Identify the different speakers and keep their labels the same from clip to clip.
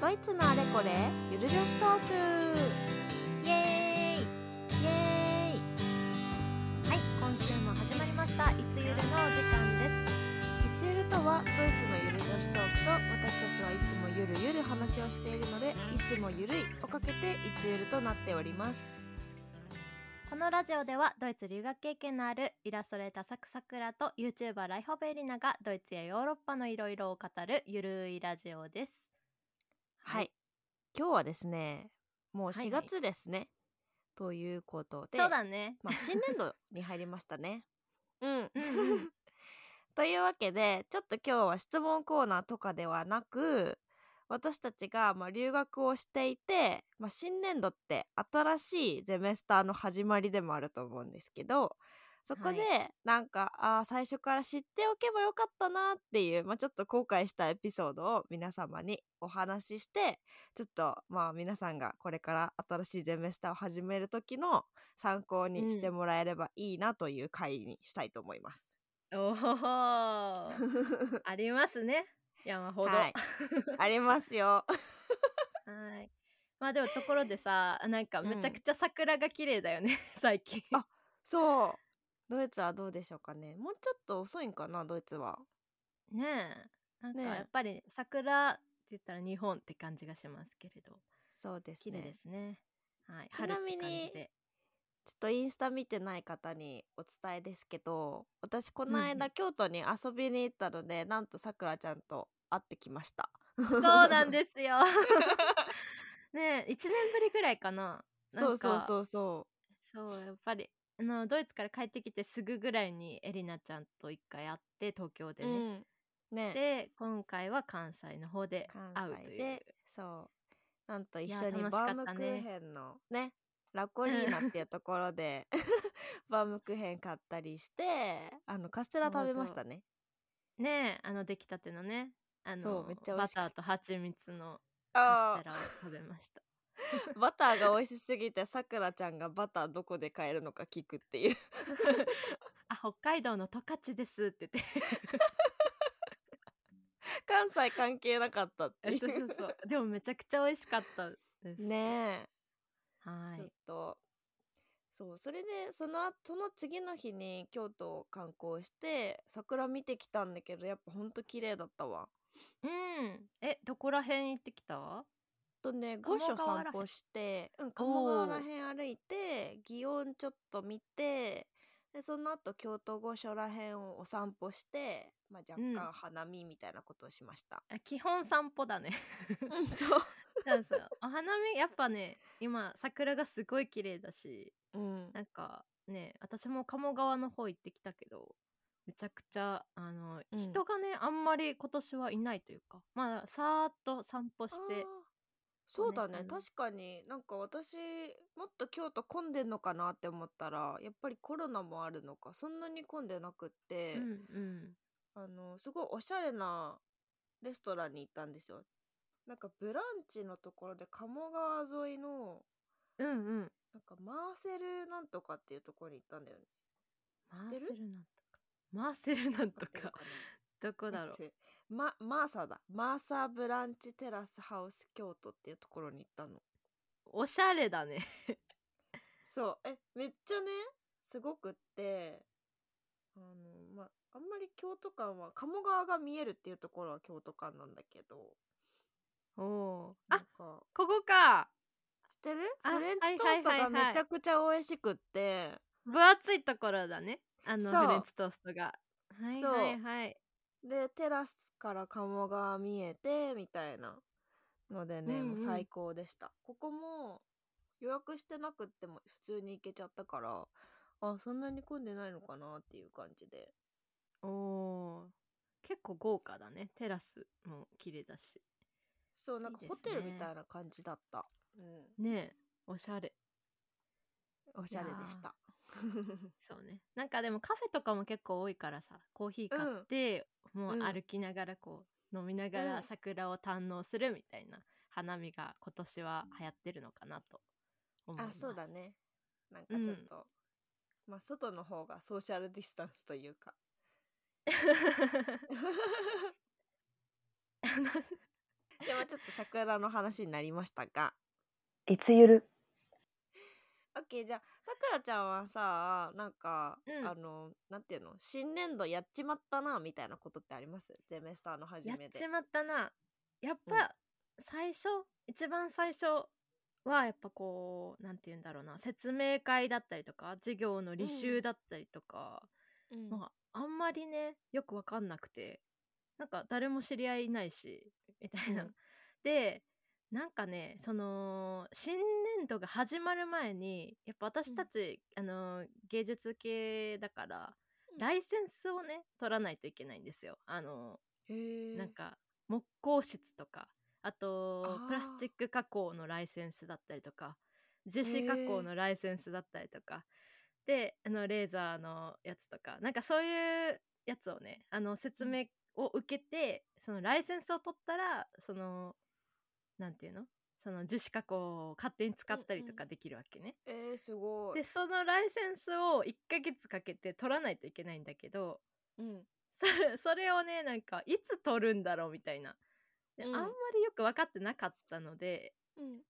Speaker 1: ドイツのあれこれゆる女子トークイエーイイエーイ
Speaker 2: はい、今週も始まりました。いつゆるのお時間です。
Speaker 1: いつゆるとはドイツのゆる女子トークと私たちはいつもゆるゆる話をしているのでいつもゆるいをかけていつゆるとなっております
Speaker 2: このラジオではドイツ留学経験のあるイラストレーターサクサクラと YouTuber ライホベエリナがドイツやヨーロッパのいろいろを語るゆるいラジオです。
Speaker 1: はい、今日はですねもう
Speaker 2: はいはい
Speaker 1: 4月ですね、ということで
Speaker 2: そうだね。
Speaker 1: まあ、新年度に入りましたね。 うん
Speaker 2: うんうん。
Speaker 1: というわけでちょっと今日は質問コーナーとかではなく私たちがまあ留学をしていて、まあ、新年度って新しいゼメスターの始まりでもあると思うんですけどそこで
Speaker 2: は
Speaker 1: なんか、あー最初から知っておけばよかったなっていう、まあ、ちょっと後悔したエピソードを皆様にお話ししてちょっとまあ皆さんがこれから新しいゼメスターを始める時の参考にしてもらえればいいなという回にしたいと思います。
Speaker 2: おお。 ありますね。山ほど。
Speaker 1: はい、 ありますよ。
Speaker 2: はい。まあでもところでさ、なんかめちゃくちゃ桜が綺麗だよね、 最近。
Speaker 1: あそう。ドイツはどうでしょうかね。もうちょっと遅いんかな、ドイツは。
Speaker 2: ねえ。なんか
Speaker 1: ねえ
Speaker 2: やっぱり桜って言ったら日本って感じがしますけれど。
Speaker 1: そうです
Speaker 2: 綺麗
Speaker 1: ね。
Speaker 2: ですね。はい。
Speaker 1: ちなみに
Speaker 2: 春って感じで
Speaker 1: ちょっとインスタ見てない方にお伝えですけど、私この
Speaker 2: うんう
Speaker 1: 間、
Speaker 2: ん
Speaker 1: 京都に遊びに行ったので、なんとさくらちゃんと会ってきました。
Speaker 2: そうなんです よ。ねえ、1年ぶりぐらいかな。
Speaker 1: そうそう
Speaker 2: う
Speaker 1: そうそ
Speaker 2: そう、やっぱり。あのドイツから帰ってきてすぐぐらいにエリナちゃんと一回会って東京
Speaker 1: う。
Speaker 2: でね、
Speaker 1: うん、ね。
Speaker 2: で今回は関西の方で
Speaker 1: 関
Speaker 2: 会うと
Speaker 1: 西
Speaker 2: いう
Speaker 1: でそうなんと一
Speaker 2: や
Speaker 1: 緒に
Speaker 2: 楽し
Speaker 1: バ
Speaker 2: か
Speaker 1: ー
Speaker 2: っ
Speaker 1: ムク
Speaker 2: たね
Speaker 1: ーヘンのねラコリーナっていうところで バームクーヘン買ったりしてあのカステラ食べましたね
Speaker 2: ねえあの出来たてのねあ
Speaker 1: そ
Speaker 2: の
Speaker 1: うめっちゃ美
Speaker 2: バ
Speaker 1: 味しか
Speaker 2: タ
Speaker 1: っ
Speaker 2: ーと蜂蜜のカ
Speaker 1: あ
Speaker 2: ステラを食べました
Speaker 1: ーバターが美味しすぎてさくらちゃんがバターどこで買えるのか聞くっていう
Speaker 2: あ北海道の十勝ですっ て言って
Speaker 1: 関西関係なかったってい
Speaker 2: そうそう
Speaker 1: う
Speaker 2: そうでもめちゃくちゃ美味しかったで す
Speaker 1: ねえ、
Speaker 2: は
Speaker 1: ちょっ
Speaker 2: い
Speaker 1: とそうそれでその後その次の日に京都を観光して桜見てきたんだけどやっぱほんと綺麗だったわ
Speaker 2: うんえどこら辺行ってきた
Speaker 1: とね
Speaker 2: 鴨
Speaker 1: 御所
Speaker 2: 川ら
Speaker 1: 散
Speaker 2: へん
Speaker 1: 歩してうん鴨川
Speaker 2: おー
Speaker 1: らへん歩いて祇園ちょっと見てでその後京都御所らへんをお散歩して、まあ、若
Speaker 2: うん
Speaker 1: 干花見みたいなことをしました、
Speaker 2: あ基本散歩だね
Speaker 1: うん、そう、
Speaker 2: そうそうお花見やっぱね今桜がすごい綺麗だし
Speaker 1: うん、
Speaker 2: なんかね私も鴨川の方行ってきたけどめちゃくちゃあの、
Speaker 1: うん
Speaker 2: 人がねあんまり今年はいないというかまあさーっと散歩し
Speaker 1: あー
Speaker 2: て
Speaker 1: そうだね
Speaker 2: あの
Speaker 1: 確かになんか私もっと京都混んでんのかなって思ったらやっぱりコロナもあるのかそんなに混んでなくって、
Speaker 2: うんうん
Speaker 1: あのすごいおしゃれなレストランに行ったんですよなんかブランチのところで鴨川沿いの
Speaker 2: うんうん
Speaker 1: なんかマーセルなんとかっていうところに行ったんだよね知ってる
Speaker 2: マーセルなんとかマーセルなん
Speaker 1: 合っ
Speaker 2: と
Speaker 1: てる
Speaker 2: か
Speaker 1: かな
Speaker 2: どこだろう
Speaker 1: 待ってまマーサだマーサブランチテラスハウス京都っていうところに行ったの
Speaker 2: おしゃれだね
Speaker 1: そうえめっちゃねすごくってあのまああんまり京都間は鴨川が見えるっていうところは京都間なんだけど
Speaker 2: おおー
Speaker 1: な
Speaker 2: あ
Speaker 1: んか
Speaker 2: ここか
Speaker 1: 知ってる
Speaker 2: あ
Speaker 1: フレンチトースト
Speaker 2: はいは
Speaker 1: が
Speaker 2: いはいはい
Speaker 1: めちゃくちゃ美味しくって、
Speaker 2: 分厚いところだねあの
Speaker 1: そう
Speaker 2: フレンチトーストがはい
Speaker 1: そう
Speaker 2: はいはい
Speaker 1: でテラスから鴨川見えてみたいなのでね、
Speaker 2: うんうん
Speaker 1: もう最高でしたここも予約してなくっても普通に行けちゃったからあそんなに混んでないのかなっていう感じで
Speaker 2: おおー結構豪華だねテラスも綺麗だし
Speaker 1: そうなんか
Speaker 2: いいで
Speaker 1: ホ
Speaker 2: すね
Speaker 1: テルみたいな感じだった
Speaker 2: ねえおしゃれ
Speaker 1: うん、おしゃれでした
Speaker 2: そうねなんかでもカフェとかも結構多いからさコーヒー買って、もううん歩きながらこう飲みなが
Speaker 1: うん
Speaker 2: ら桜を堪能するみたいな花見が今年は流行ってるのかなと思いま
Speaker 1: あ
Speaker 2: す
Speaker 1: そうだ ねなんかちょっと、まあ外の方がソーシャルディスタンスというか
Speaker 2: あの
Speaker 1: でもちょっと桜の話になりましたが。
Speaker 3: いつゆる
Speaker 1: オッケーじゃあさくらちゃんはさなんか、
Speaker 2: うん
Speaker 1: あのなんていうの新年度やっちまったなみたいなことってありますゼメスターの初
Speaker 2: やっ
Speaker 1: めで
Speaker 2: ちまったなやっぱ、
Speaker 1: うん
Speaker 2: 最初一番最初はやっぱこうなんて言うんだろうな説明会だったりとか授業の履修だったりとか、
Speaker 1: うん
Speaker 2: まああんまりねよくわかんなくてなんか誰も知り合いいないしみたいな。
Speaker 1: うん
Speaker 2: でなんかねその新年度が始まる前にやっぱ私たち、あのー芸術系だから、
Speaker 1: うん
Speaker 2: ライセンスをね取らないといけないんですよ。あのー
Speaker 1: へー
Speaker 2: なんか木工室とかあと
Speaker 1: あー
Speaker 2: プラスチック加工のライセンスだったりとか樹脂加工のライセンスだったりとか、であのレーザーのやつとかなんかそういうやつをねあの説明を受けてそのライセンスを取ったらそのなんていうのその樹脂加工を勝手に使ったりと
Speaker 1: う
Speaker 2: か
Speaker 1: ん
Speaker 2: できるわけね。
Speaker 1: えー、すごい
Speaker 2: でそのライセンスを1ヶ月かけて取らないといけないんだけど
Speaker 1: うん
Speaker 2: それそ れをねなんかいつ取るんだろうみたいなで、
Speaker 1: うん
Speaker 2: あんまりよく分かってなかったので
Speaker 1: うん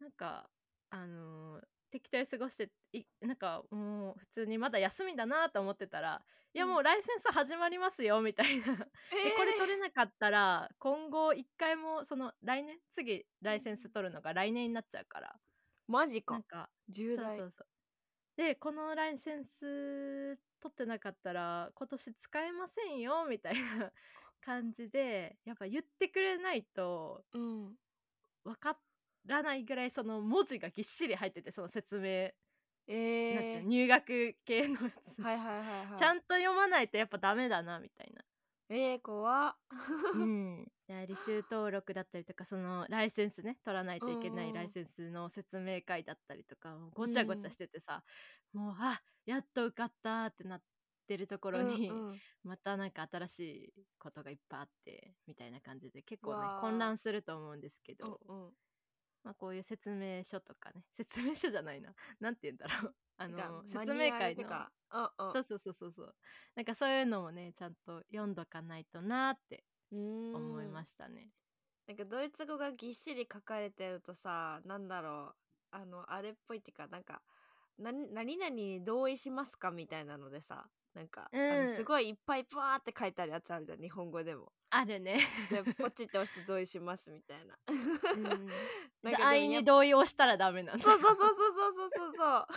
Speaker 2: なんかあのー適当に過ごしていなんかもう普通にまだ休みだなと思ってたら、いや
Speaker 1: うん
Speaker 2: もうライセンス始まりますよみたいな でこ
Speaker 1: え
Speaker 2: れ取れなかったら今後一回もその来年次ライセンス取るのが来年になっちゃうから、
Speaker 1: マジ
Speaker 2: な
Speaker 1: か
Speaker 2: んか
Speaker 1: 重大
Speaker 2: そうそうそうでこのライセンス取ってなかったら今年使えませんよみたいな感じでやっぱ言ってくれないと
Speaker 1: うん
Speaker 2: 分からないぐらいその文字がぎっしり入っててその説明、
Speaker 1: え
Speaker 2: なんていう
Speaker 1: ー
Speaker 2: の、入学系のやつ、
Speaker 1: はいはいはいはい
Speaker 2: ちゃんと読まないとやっぱダメだなみたいな。
Speaker 1: えー、怖っ
Speaker 2: うん、履修登録だったりとかそのライセンスね取らないといけな
Speaker 1: うんう
Speaker 2: い
Speaker 1: ん
Speaker 2: ライセンスの説明会だったりとかもうごちゃごちゃしててさ、もうあやっと受かったってなってるところに、
Speaker 1: うんうん
Speaker 2: またなんか新しいことがいっぱいあってみたいな感じで結構ね
Speaker 1: うわー
Speaker 2: 混乱すると思うんですけど、
Speaker 1: うんうん
Speaker 2: まあ、こういう説明書とかね説明書じゃない ななんて言うんだろう あの
Speaker 1: なんか
Speaker 2: 説明
Speaker 1: マニュア
Speaker 2: 会
Speaker 1: ルて
Speaker 2: の
Speaker 1: かうんうん
Speaker 2: そうそうそうそうそうなんかそういうのもねちゃんと読んどかないとなーって
Speaker 1: うーん
Speaker 2: 思いましたね。
Speaker 1: なんかドイツ語がぎっしり書かれてるとさなんだろうあのあれっぽいっていうかなんか何何々に同意しますかみたいなのでさなんか、あ
Speaker 2: う
Speaker 1: の
Speaker 2: ん
Speaker 1: すごいいっぱいプワーって書いてあるやつあるじゃん日本語でも。
Speaker 2: あるね。
Speaker 1: でポチって押して同意しますみたいな。
Speaker 2: うん
Speaker 1: な
Speaker 2: で
Speaker 1: んか
Speaker 2: 安易に同意をしたらダメなんだ。
Speaker 1: そうそうそうそうそう そうそう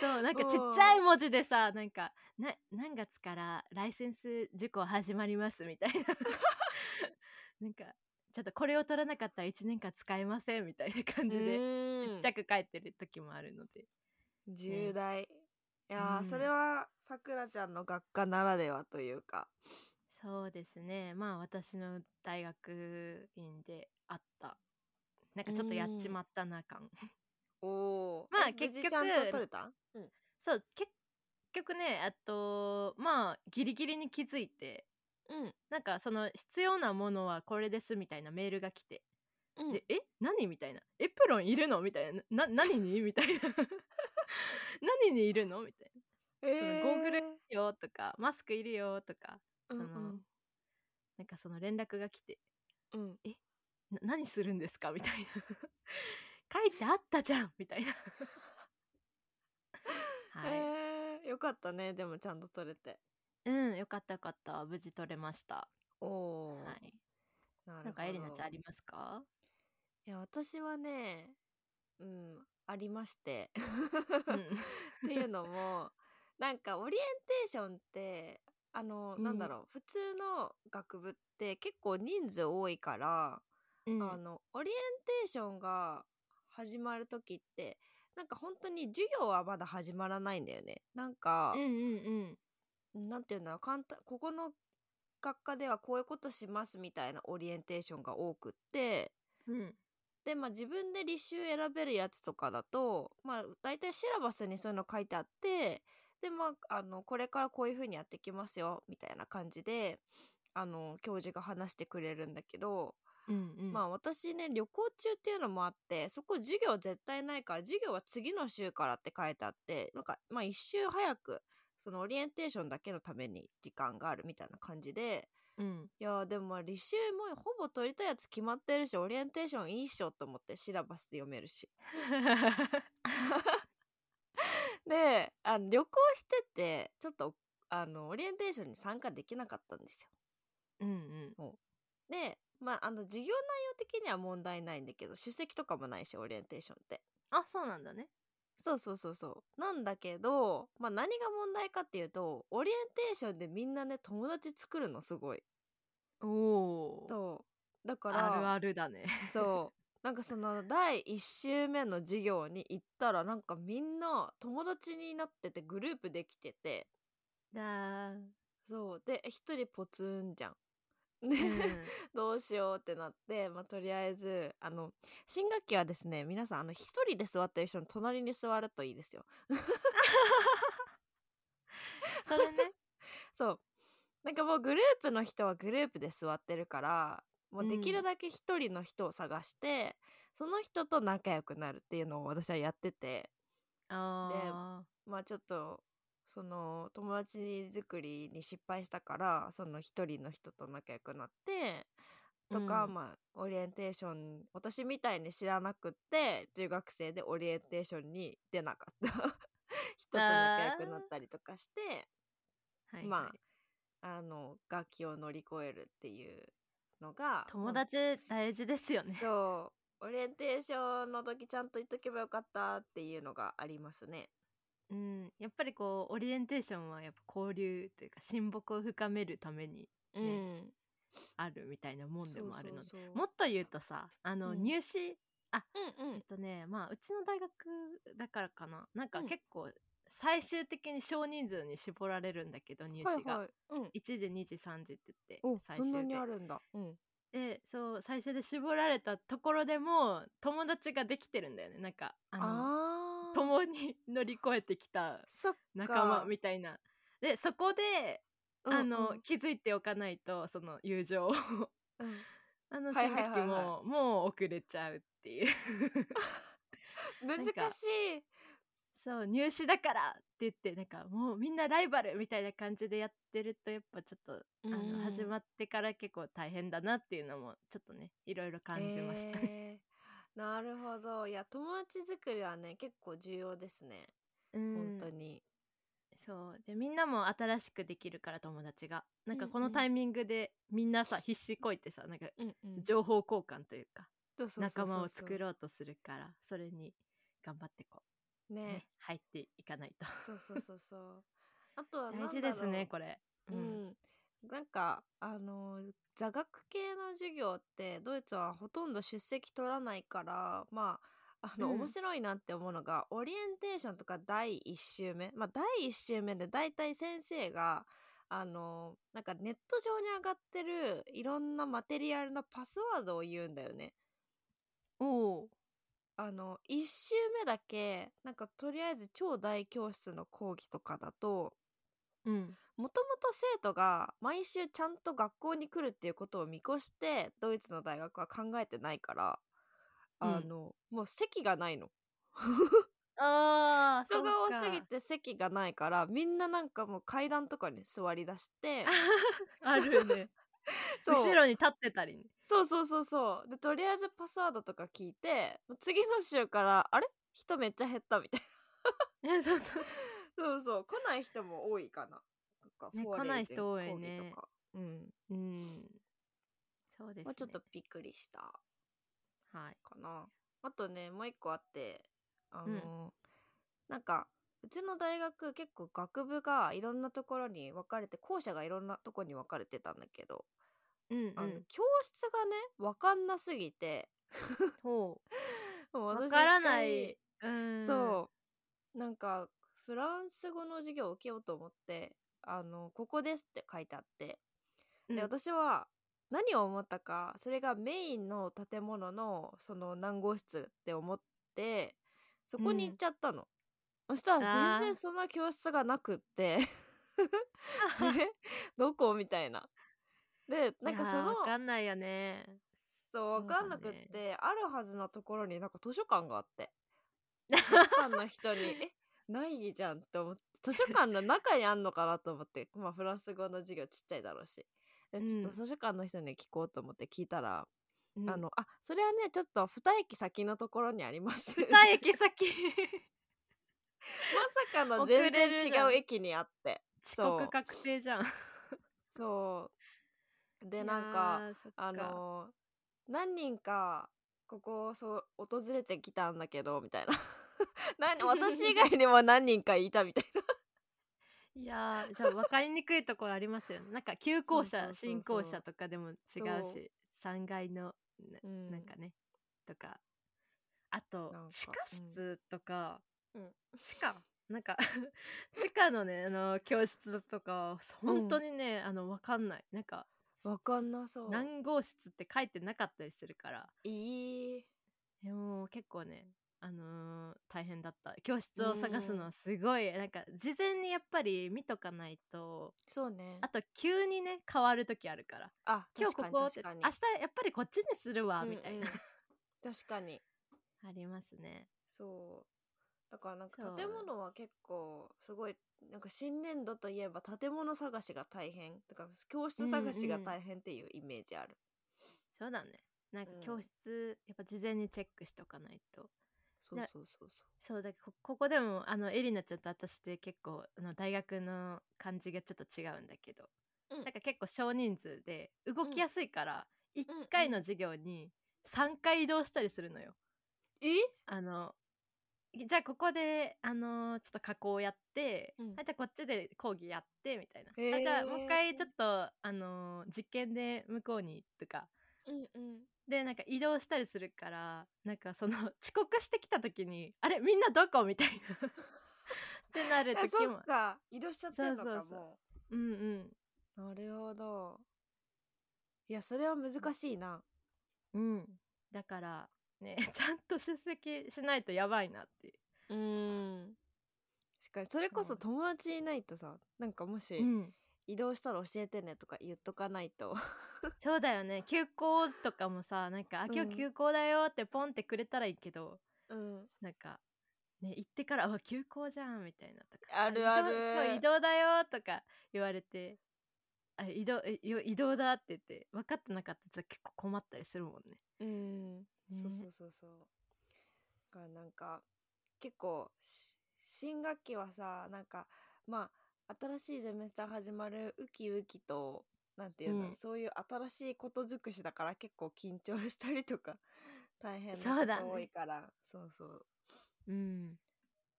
Speaker 2: そうなんか
Speaker 1: もう
Speaker 2: ちっちゃい文字でさなんかな何月からライセンス受講始まりますみた いななんかちょっとこれを取らなかったら1年間使えませんみたいな感じでちっちゃ
Speaker 1: く
Speaker 2: く書いてる時もあるので
Speaker 1: 重大、いやー、
Speaker 2: うん
Speaker 1: それはさくらちゃんの学科ならではというか
Speaker 2: そうですねまあ私の大学院であったなんかちょっとやっちまったな感、
Speaker 1: おー
Speaker 2: まあ
Speaker 1: え無事
Speaker 2: 結局
Speaker 1: ちゃんと取れた、うん、
Speaker 2: そう結局ねあとまあギリギリに気づいて
Speaker 1: うん
Speaker 2: なんかその必要なものはこれですみたいなメールが来て、
Speaker 1: うん
Speaker 2: でえ何みたいなエプロンいるのみたいなな何にみたいな 何にいるのみたい
Speaker 1: え
Speaker 2: ゴーグルなよとかマスクいるよとか
Speaker 1: そ
Speaker 2: そのなんかその連絡が来て
Speaker 1: うん、
Speaker 2: な何するんですかみたいな書いてあったじゃんみた いなはい、
Speaker 1: えーよかったねでもちゃんと取れて
Speaker 2: うんよかったよかった無事取れました
Speaker 1: おおー、
Speaker 2: はい
Speaker 1: なるほど
Speaker 2: なんかエリナちゃんありま すか
Speaker 1: いや私はねうんありまして、 っていうのもなんかオリエンテーションってあの、
Speaker 2: うん
Speaker 1: なんだろう普通の学部って結構人数多いから、
Speaker 2: うん、
Speaker 1: あのオリエンテーションが始まる時ってなんか本当に授業はまだ始まらないんだよねなんか、
Speaker 2: うんうん
Speaker 1: なんていうんだろう簡単ここの学科ではこういうことしますみたいなオリエンテーションが多くって
Speaker 2: うんうん
Speaker 1: でまあ自分で履修選べるやつとかだとまあ大体シラバスにそういうの書いてあってでまああのこれからこういうふうにやっていきますよみたいな感じであの教授が話してくれるんだけど、
Speaker 2: うんうん
Speaker 1: まあ私ね旅行中っていうのもあってそこ授業絶対ないから授業は次の週からって書いてあってなんかまあ一週早くそのオリエンテーションだけのために時間があるみたいな感じで
Speaker 2: うん
Speaker 1: いやーでもまあ履修もほぼ取りたいやつ決まってるしオリエンテーションいいっしょと思ってシラバスで読めるし。 であの旅行しててちょっとあのオリエンテーションに参加できなかったんですよ。
Speaker 2: うん
Speaker 1: でまああの授業内容的には問題ないんだけど出席とかもないしオリエンテーションって。
Speaker 2: あそうなんだね
Speaker 1: そうそうそうそう。なんだけど、まあ、何が問題かっていうとオリエンテーションでみんなね友達作るのすごい。
Speaker 2: おお
Speaker 1: そうだから
Speaker 2: あるあるだね
Speaker 1: そうなんかその第1週目の授業に行ったらなんかみんな友達になっててグループできてて
Speaker 2: だ ー、
Speaker 1: そうで1人ポツンじゃん。
Speaker 2: う
Speaker 1: で、
Speaker 2: ん
Speaker 1: どうしようってなって、まあ、とりあえずあの新学期はですね皆さんあの1人で座ってる人の隣に座るといいですよ。
Speaker 2: それね
Speaker 1: そうなんかもうグループの人はグループで座ってるからもうできるだけ1人の人を探して、その人と仲良くなるっていうのを私はやってて。
Speaker 2: あ
Speaker 1: まあちょっとその友達作りに失敗したからその一人の人と仲良くなってとか、
Speaker 2: うん
Speaker 1: まあオリエンテーション私みたいに知らなくって中学生でオリエンテーションに出なかった 人と仲良くなったりとかして
Speaker 2: ー、はいはい
Speaker 1: まあの楽器を乗り越えるっていうのが
Speaker 2: 友達大事ですよね
Speaker 1: そうオリエンテーションの時ちゃんと言っとけばよかったっていうのがありますね。
Speaker 2: うん、やっぱりこうオリエンテーションはやっぱ交流というか親睦を深めるために
Speaker 1: うん
Speaker 2: あるみたいなもんでもあるので
Speaker 1: そうそうそう
Speaker 2: もっと言うとさあの
Speaker 1: うん
Speaker 2: 入試、
Speaker 1: うんう
Speaker 2: えっ
Speaker 1: ん
Speaker 2: とねまあうちの大学だからかななんか
Speaker 1: うん
Speaker 2: 結構最終的に少人数に絞られるんだけど入試が、
Speaker 1: はいはい、うん、
Speaker 2: 1時2時3時って言って
Speaker 1: お
Speaker 2: 最
Speaker 1: そんな
Speaker 2: 終
Speaker 1: に
Speaker 2: で
Speaker 1: あるんだ、うん、
Speaker 2: でそう最終で絞られたところでも友達ができてるんだよねなんかあの
Speaker 1: あー
Speaker 2: 共に乗り越えてきた
Speaker 1: そっか
Speaker 2: 仲間みたいなでそこで
Speaker 1: うんうん
Speaker 2: あの、気づいておかないとその友情を
Speaker 1: うん
Speaker 2: あの
Speaker 1: はい
Speaker 2: 新
Speaker 1: はいはいはい
Speaker 2: 学期ももう遅れちゃうっていう
Speaker 1: 難しい
Speaker 2: そう入試だからって言ってなんかもうみんなライバルみたいな感じでやってるとやっぱちょっとあ
Speaker 1: うん
Speaker 2: の始まってから結構大変だなっていうのもちょっとねいろいろ感じましたね。
Speaker 1: えーなるほどいや友達作りはね結構重要ですね、
Speaker 2: うん
Speaker 1: 本当に
Speaker 2: そうでみんなも新しくできるから友達がなんかこ
Speaker 1: うんう
Speaker 2: の
Speaker 1: ん
Speaker 2: タイミングでみんなさ必死こいてさなんか
Speaker 1: うんうん
Speaker 2: 情報交換というか
Speaker 1: そうそうそうそう
Speaker 2: 仲間を作ろうとするからそれに頑張ってこう
Speaker 1: ね
Speaker 2: ね入っていかないと
Speaker 1: そうそうそうそうあとはなんだろ
Speaker 2: 大
Speaker 1: う
Speaker 2: 事ですねこれ
Speaker 1: う、ん、なんかあのー座学系の授業ってドイツはほとんど出席取らないからまああの、
Speaker 2: うん
Speaker 1: 面白いなって思うのがオリエンテーションとか第1週目まあ第1週目で大体先生があのーなんかネット上に上がってるいろんなマテリアルのパスワードを言うんだよね。
Speaker 2: おお
Speaker 1: あの1週目だけなんかとりあえず超大教室の講義とかだと
Speaker 2: うん
Speaker 1: もともと生徒が毎週ちゃんと学校に来るっていうことを見越してドイツの大学は考えてないから
Speaker 2: うん
Speaker 1: あの、もう席がないの
Speaker 2: ああ
Speaker 1: 人が多すぎて席がないからみんななんかもう階段とかに座り出して
Speaker 2: あるよね
Speaker 1: そう
Speaker 2: 後ろに立ってた りね
Speaker 1: そうそうそうそうでとりあえずパスワードとか聞いて次の週からあれ人めっちゃ減ったみたい
Speaker 2: いやそうそう
Speaker 1: なそうそう来ない人も多いかななんか
Speaker 2: ね
Speaker 1: フォアレ
Speaker 2: 来ない
Speaker 1: ーゼン
Speaker 2: 人多いね
Speaker 1: 講義とかうん、
Speaker 2: うんそうです
Speaker 1: ま
Speaker 2: ね
Speaker 1: あちょっとびっくりした
Speaker 2: はい
Speaker 1: かなあとねもう一個あってあの、
Speaker 2: うん
Speaker 1: なんかうちの大学結構学部がいろんなところに分かれて校舎がいろんなとこに分かれてたんだけど、
Speaker 2: うんう
Speaker 1: あの
Speaker 2: ん
Speaker 1: 教室がね分かんなすぎ て
Speaker 2: ほ
Speaker 1: もう
Speaker 2: う
Speaker 1: 私
Speaker 2: わからない
Speaker 1: 一
Speaker 2: うん
Speaker 1: 回そうなんかフランス語の授業を受けようと思って「あのここです」って書いてあって
Speaker 2: うん
Speaker 1: で私は何を思ったかそれがメインの建物のその何号室って思ってそこに行っちゃったの、そしたら
Speaker 2: あー
Speaker 1: 全然そんな教室がなくってえ どこみたいなでなんか
Speaker 2: いや
Speaker 1: そ
Speaker 2: ー
Speaker 1: の
Speaker 2: わかんないよね
Speaker 1: そう分かんなくって、あるはずのところになんか図書館があ って図書館の人にえないじゃんって思って図書館の中にあんのかなと思ってまあフランス語の授業ちっちゃいだろうしでちょっ
Speaker 2: う
Speaker 1: と
Speaker 2: ん
Speaker 1: 図書館の人に聞こうと思って聞いたら、
Speaker 2: うん
Speaker 1: あのあそれはねちょっと2駅先のところにあります2
Speaker 2: 二駅先
Speaker 1: まさかの
Speaker 2: 遅れ
Speaker 1: 全
Speaker 2: る
Speaker 1: 然
Speaker 2: じゃ
Speaker 1: 違
Speaker 2: ん
Speaker 1: う駅にあって
Speaker 2: 遅
Speaker 1: そう
Speaker 2: 刻確定じゃん
Speaker 1: そう
Speaker 2: い
Speaker 1: で
Speaker 2: や
Speaker 1: なんか
Speaker 2: ーそっ
Speaker 1: あのー何人かここをそう訪れてきたんだけどみたい な何私以外にも何人かいたみたいない
Speaker 2: やーじゃあ分かりにくいところありますよねなんか旧
Speaker 1: そ
Speaker 2: 校
Speaker 1: うそ
Speaker 2: 舎
Speaker 1: うそうそう
Speaker 2: 新校舎とかでも違う
Speaker 1: そう
Speaker 2: し3階のな,、
Speaker 1: うん
Speaker 2: んかねとかあと
Speaker 1: なんか
Speaker 2: 地下室とか、
Speaker 1: うん
Speaker 2: 地下なんか 地下のねあの教室とか本当にね、あの分かんないなんか
Speaker 1: わかんなそう
Speaker 2: 何号室って書いてなかったりするから
Speaker 1: いい
Speaker 2: でも結構ね、あのー大変だった教室を探すのはすごい、なんか事前にやっぱり見とかないと
Speaker 1: そうね
Speaker 2: あと急にね変わる時あるから
Speaker 1: あ
Speaker 2: 今日ここって
Speaker 1: 確
Speaker 2: 明
Speaker 1: か
Speaker 2: 日
Speaker 1: に
Speaker 2: やっぱりこっちにするわ、みたいな
Speaker 1: 確かに
Speaker 2: ありますね
Speaker 1: そうだからなんか
Speaker 2: そう
Speaker 1: 建物は結構すごいなんか新年度といえば建物探しが大変とか教室探しが大変っていうイメージある、
Speaker 2: そうだねなんか
Speaker 1: うん
Speaker 2: 教室やっぱ事前にチェックしとかないとうん
Speaker 1: そうそうそうそう
Speaker 2: そうだこここでもあのエリナちゃんと私で結構あの大学の感じがちょっと違うんだけど、
Speaker 1: うん
Speaker 2: なんか結構少人数で動きやすいから、一
Speaker 1: うんうん
Speaker 2: 1回の授業に3回移動したりするのよ。
Speaker 1: え
Speaker 2: あのじゃあここで、あのちょっと加工やって、
Speaker 1: うん
Speaker 2: あじゃあこっちで講義やってみたいな、
Speaker 1: へー
Speaker 2: あじゃあもう一回ちょっと、あの実験で向こうにとか
Speaker 1: うんうん
Speaker 2: でなんか移動したりするからなんかその 遅刻してきた時にあれみんなどこみたいな ってなる
Speaker 1: あ
Speaker 2: 時
Speaker 1: そ
Speaker 2: も
Speaker 1: っか移動しちゃってんのか
Speaker 2: そうそうそう
Speaker 1: も
Speaker 2: うんうん
Speaker 1: うなるほどいやそれは難しいな
Speaker 2: うん、だからね ちゃんと出席しないとやばいなっていう
Speaker 1: うん確かにそれこ
Speaker 2: そ
Speaker 1: そう友達いないとさなんかもし
Speaker 2: ん、
Speaker 1: 移動したら教えてねとか言っとかないと
Speaker 2: そうだよね休校とかもさなんか「あ
Speaker 1: うん
Speaker 2: 今日休校だよ」ってポンってくれたらいいけど
Speaker 1: うん
Speaker 2: なんかね行ってから「うわ休校じゃん」みたいなとか
Speaker 1: あるある
Speaker 2: 移動今日移動だよ」とか言われて「あ移動えよ移動だ」って言って分かってなかったらちょっと結構困ったりするもんね。
Speaker 1: うんそう
Speaker 2: ね
Speaker 1: そうそうそう。だからなんか結構し新学期はさなんかまあ新しいゼミスター始まるウキウキとなんていうの、
Speaker 2: うん
Speaker 1: そういう新しいこと尽くしだから結構緊張したりとか 大変
Speaker 2: そう
Speaker 1: な
Speaker 2: だ
Speaker 1: こ
Speaker 2: ね
Speaker 1: と多いからそう,、そう
Speaker 2: うん、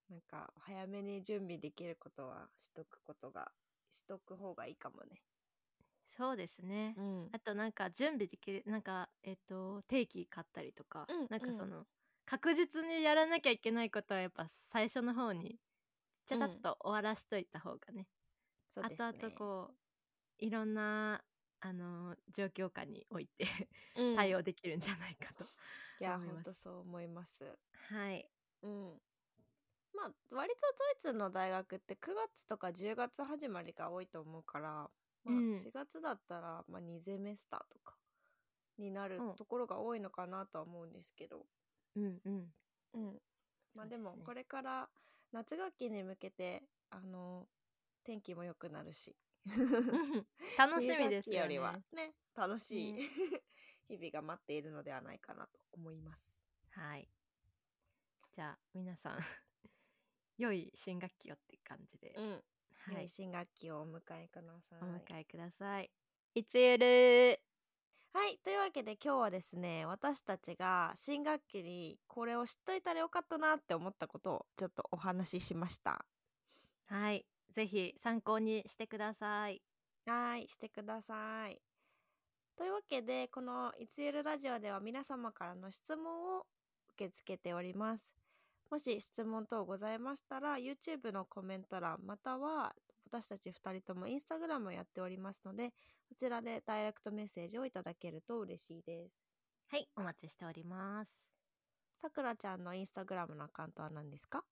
Speaker 1: なんか早めに準備できることはしとくことがしとく方がいいかもね。
Speaker 2: そうですね。
Speaker 1: うん
Speaker 2: あとなんか準備できるなんかえっ、と定期買ったりとか、
Speaker 1: うん
Speaker 2: なんか
Speaker 1: うん
Speaker 2: その確実にやらなきゃいけないことはやっぱ最初の方にちゃたっと終わらしといた方がね,、
Speaker 1: そうですね
Speaker 2: 後々こういろんなあのー状況下において
Speaker 1: うん
Speaker 2: 対
Speaker 1: い
Speaker 2: 応できるんじゃない かと、
Speaker 1: や
Speaker 2: 思い
Speaker 1: 本
Speaker 2: ます
Speaker 1: 当そう思います。
Speaker 2: はい
Speaker 1: うん。まあ、割とドイツの大学って9月とか10月始まりが多いと思うから、まあ、
Speaker 2: うん
Speaker 1: 4月だったら、まあ、2ゼメスターとかになる
Speaker 2: うん
Speaker 1: ところが多いのかなとは思うんですけど、
Speaker 2: うん うん
Speaker 1: うん。まあ、
Speaker 2: そう
Speaker 1: で
Speaker 2: ですね
Speaker 1: も、これから夏学期に向けて、あの、天気も良くなるし、
Speaker 2: 楽しみです
Speaker 1: 冬学期よ
Speaker 2: よ
Speaker 1: り
Speaker 2: ね
Speaker 1: はね、楽しい、
Speaker 2: ね
Speaker 1: 日々が待っているのではないかなと思います。
Speaker 2: はいじゃあ皆さん 良い新学期をって感じで、
Speaker 1: うん。
Speaker 2: は
Speaker 1: 良
Speaker 2: い
Speaker 1: い新学期をお迎えくださ
Speaker 2: お
Speaker 1: い。
Speaker 2: 迎えくださいいつゆる
Speaker 1: はい。というわけで今日はですね、私たちが新学期にこれを知っといたらよかったなって思ったことをちょっとお話ししました。
Speaker 2: はい。ぜひ参考にしてください。
Speaker 1: はい。してください。というわけで、このいつゆるラジオでは皆様からの質問を受け付けております。もし質問等ございましたら、YouTube のコメント欄、または私たち2人とも Instagram をやっておりますので、そちらでダイレクトメッセージをいただけると嬉しいです。
Speaker 2: はい。お待ちしております。
Speaker 1: さくらちゃんのインスタグラムのアカウントは何ですか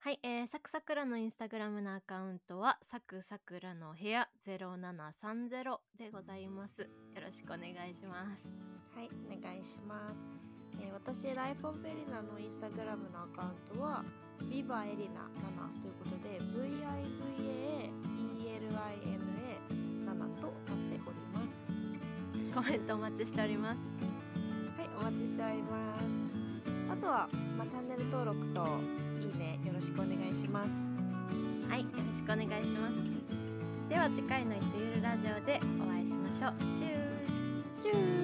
Speaker 2: はい。えー、サクサクラのインスタグラムのアカウントは、サクサクラの部屋0730でございます。よろしくお願いします。
Speaker 1: はいお願いします、えー私ライフオブエリナのインスタグラムのアカウントはビバエリナ7ということで VIVAELINA7 となって
Speaker 2: コメントお待ちしております
Speaker 1: はい、お待ちしております。あとは、まあ、チャンネル登録といいねよろしくお願いします。
Speaker 2: はいよろしくお願いしますでは次回のいつゆるラジオでお会いしましょうチュー
Speaker 1: チュー